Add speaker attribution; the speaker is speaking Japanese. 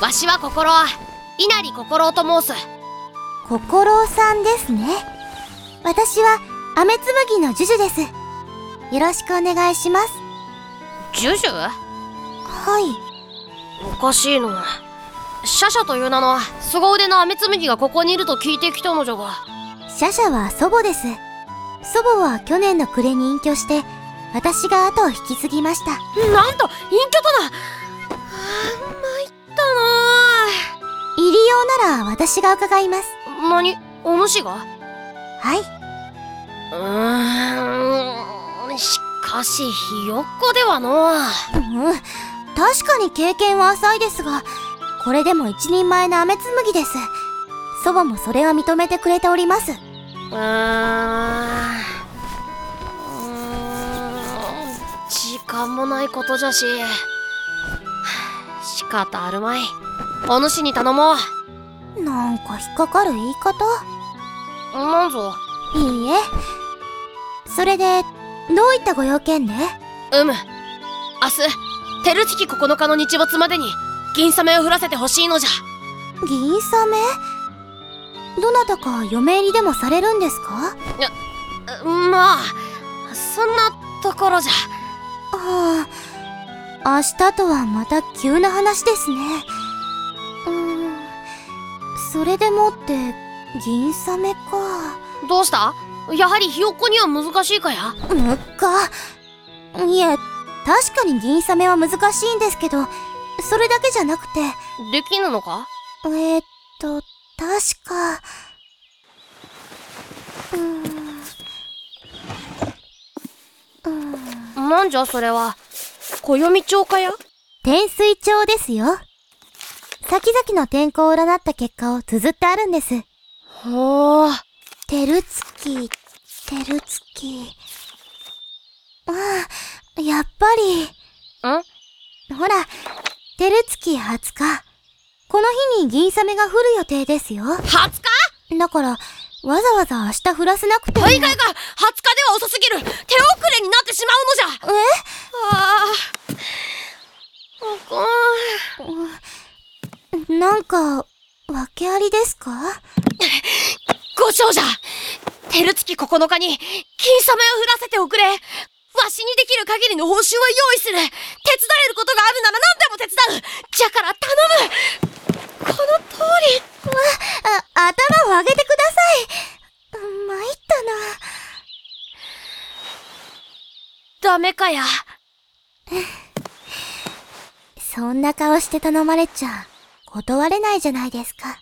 Speaker 1: わしは心稲荷心と申す
Speaker 2: 心さんですね私は雨紬のジュジュですよろしくお願いします
Speaker 1: ジュジュ
Speaker 2: はい
Speaker 1: おかしいのシャシャという名の凄腕の雨紬がここにいると聞いてきたのじゃが
Speaker 2: シャシャは祖母です祖母は去年の暮れに隠居して私が後を引き継ぎました
Speaker 1: なんと隠居とだあー参っ
Speaker 2: 入り用なら私が伺います
Speaker 1: たな何お主が
Speaker 2: はいう
Speaker 1: ーんしかしひよっこではの
Speaker 2: うん確かに経験は浅いですがこれでも一人前の雨紬です祖母もそれは認めてくれております
Speaker 1: うーんうーん時間もないことじゃしはあ仕方あるまいお主に頼もう
Speaker 2: なんか引っかかる言い方
Speaker 1: なんぞ
Speaker 2: いいえそれでどういったご用件で
Speaker 1: うむ明日照月9日の日没までに銀雨を降らせてほしいのじゃ
Speaker 2: 銀雨どなたか嫁入りでもされるんですか
Speaker 1: まあそんなところじゃ
Speaker 2: ああ明日とはまた急な話ですねうーんそれでもって銀雨か
Speaker 1: どうしたやはりひよっこには難しいかや
Speaker 2: むっかいえ確かに銀雨は難しいんですけどそれだけじゃなくて
Speaker 1: できぬのか
Speaker 2: えー、っと確かうーんうーん
Speaker 1: なんじゃそれは暦町かや
Speaker 2: 天水帳ですよ先々の天候を占った結果を綴ってあるんです
Speaker 1: ほう
Speaker 2: てるつき、てるつき。ああ、やっぱ
Speaker 1: ん
Speaker 2: り。ほら、てるつき20日。この日に銀雨が降る予定ですよ。
Speaker 1: 20日
Speaker 2: だから、わざわざ明日降らせなくても。
Speaker 1: 大会が20日では遅すぎる手遅れになってしまうのじゃ
Speaker 2: え
Speaker 1: ああ
Speaker 2: なんか、訳ありですか
Speaker 1: ご長者照月9日に金様を降らせておくれわしにできる限りの報酬は用意する手伝えることがあるなら何でも手伝うじゃから頼むこの通り
Speaker 2: あ、頭を上げてください。参った
Speaker 1: ダ
Speaker 2: な。
Speaker 1: メかや
Speaker 2: そんな顔して頼まれちゃ、断れないじゃないですか。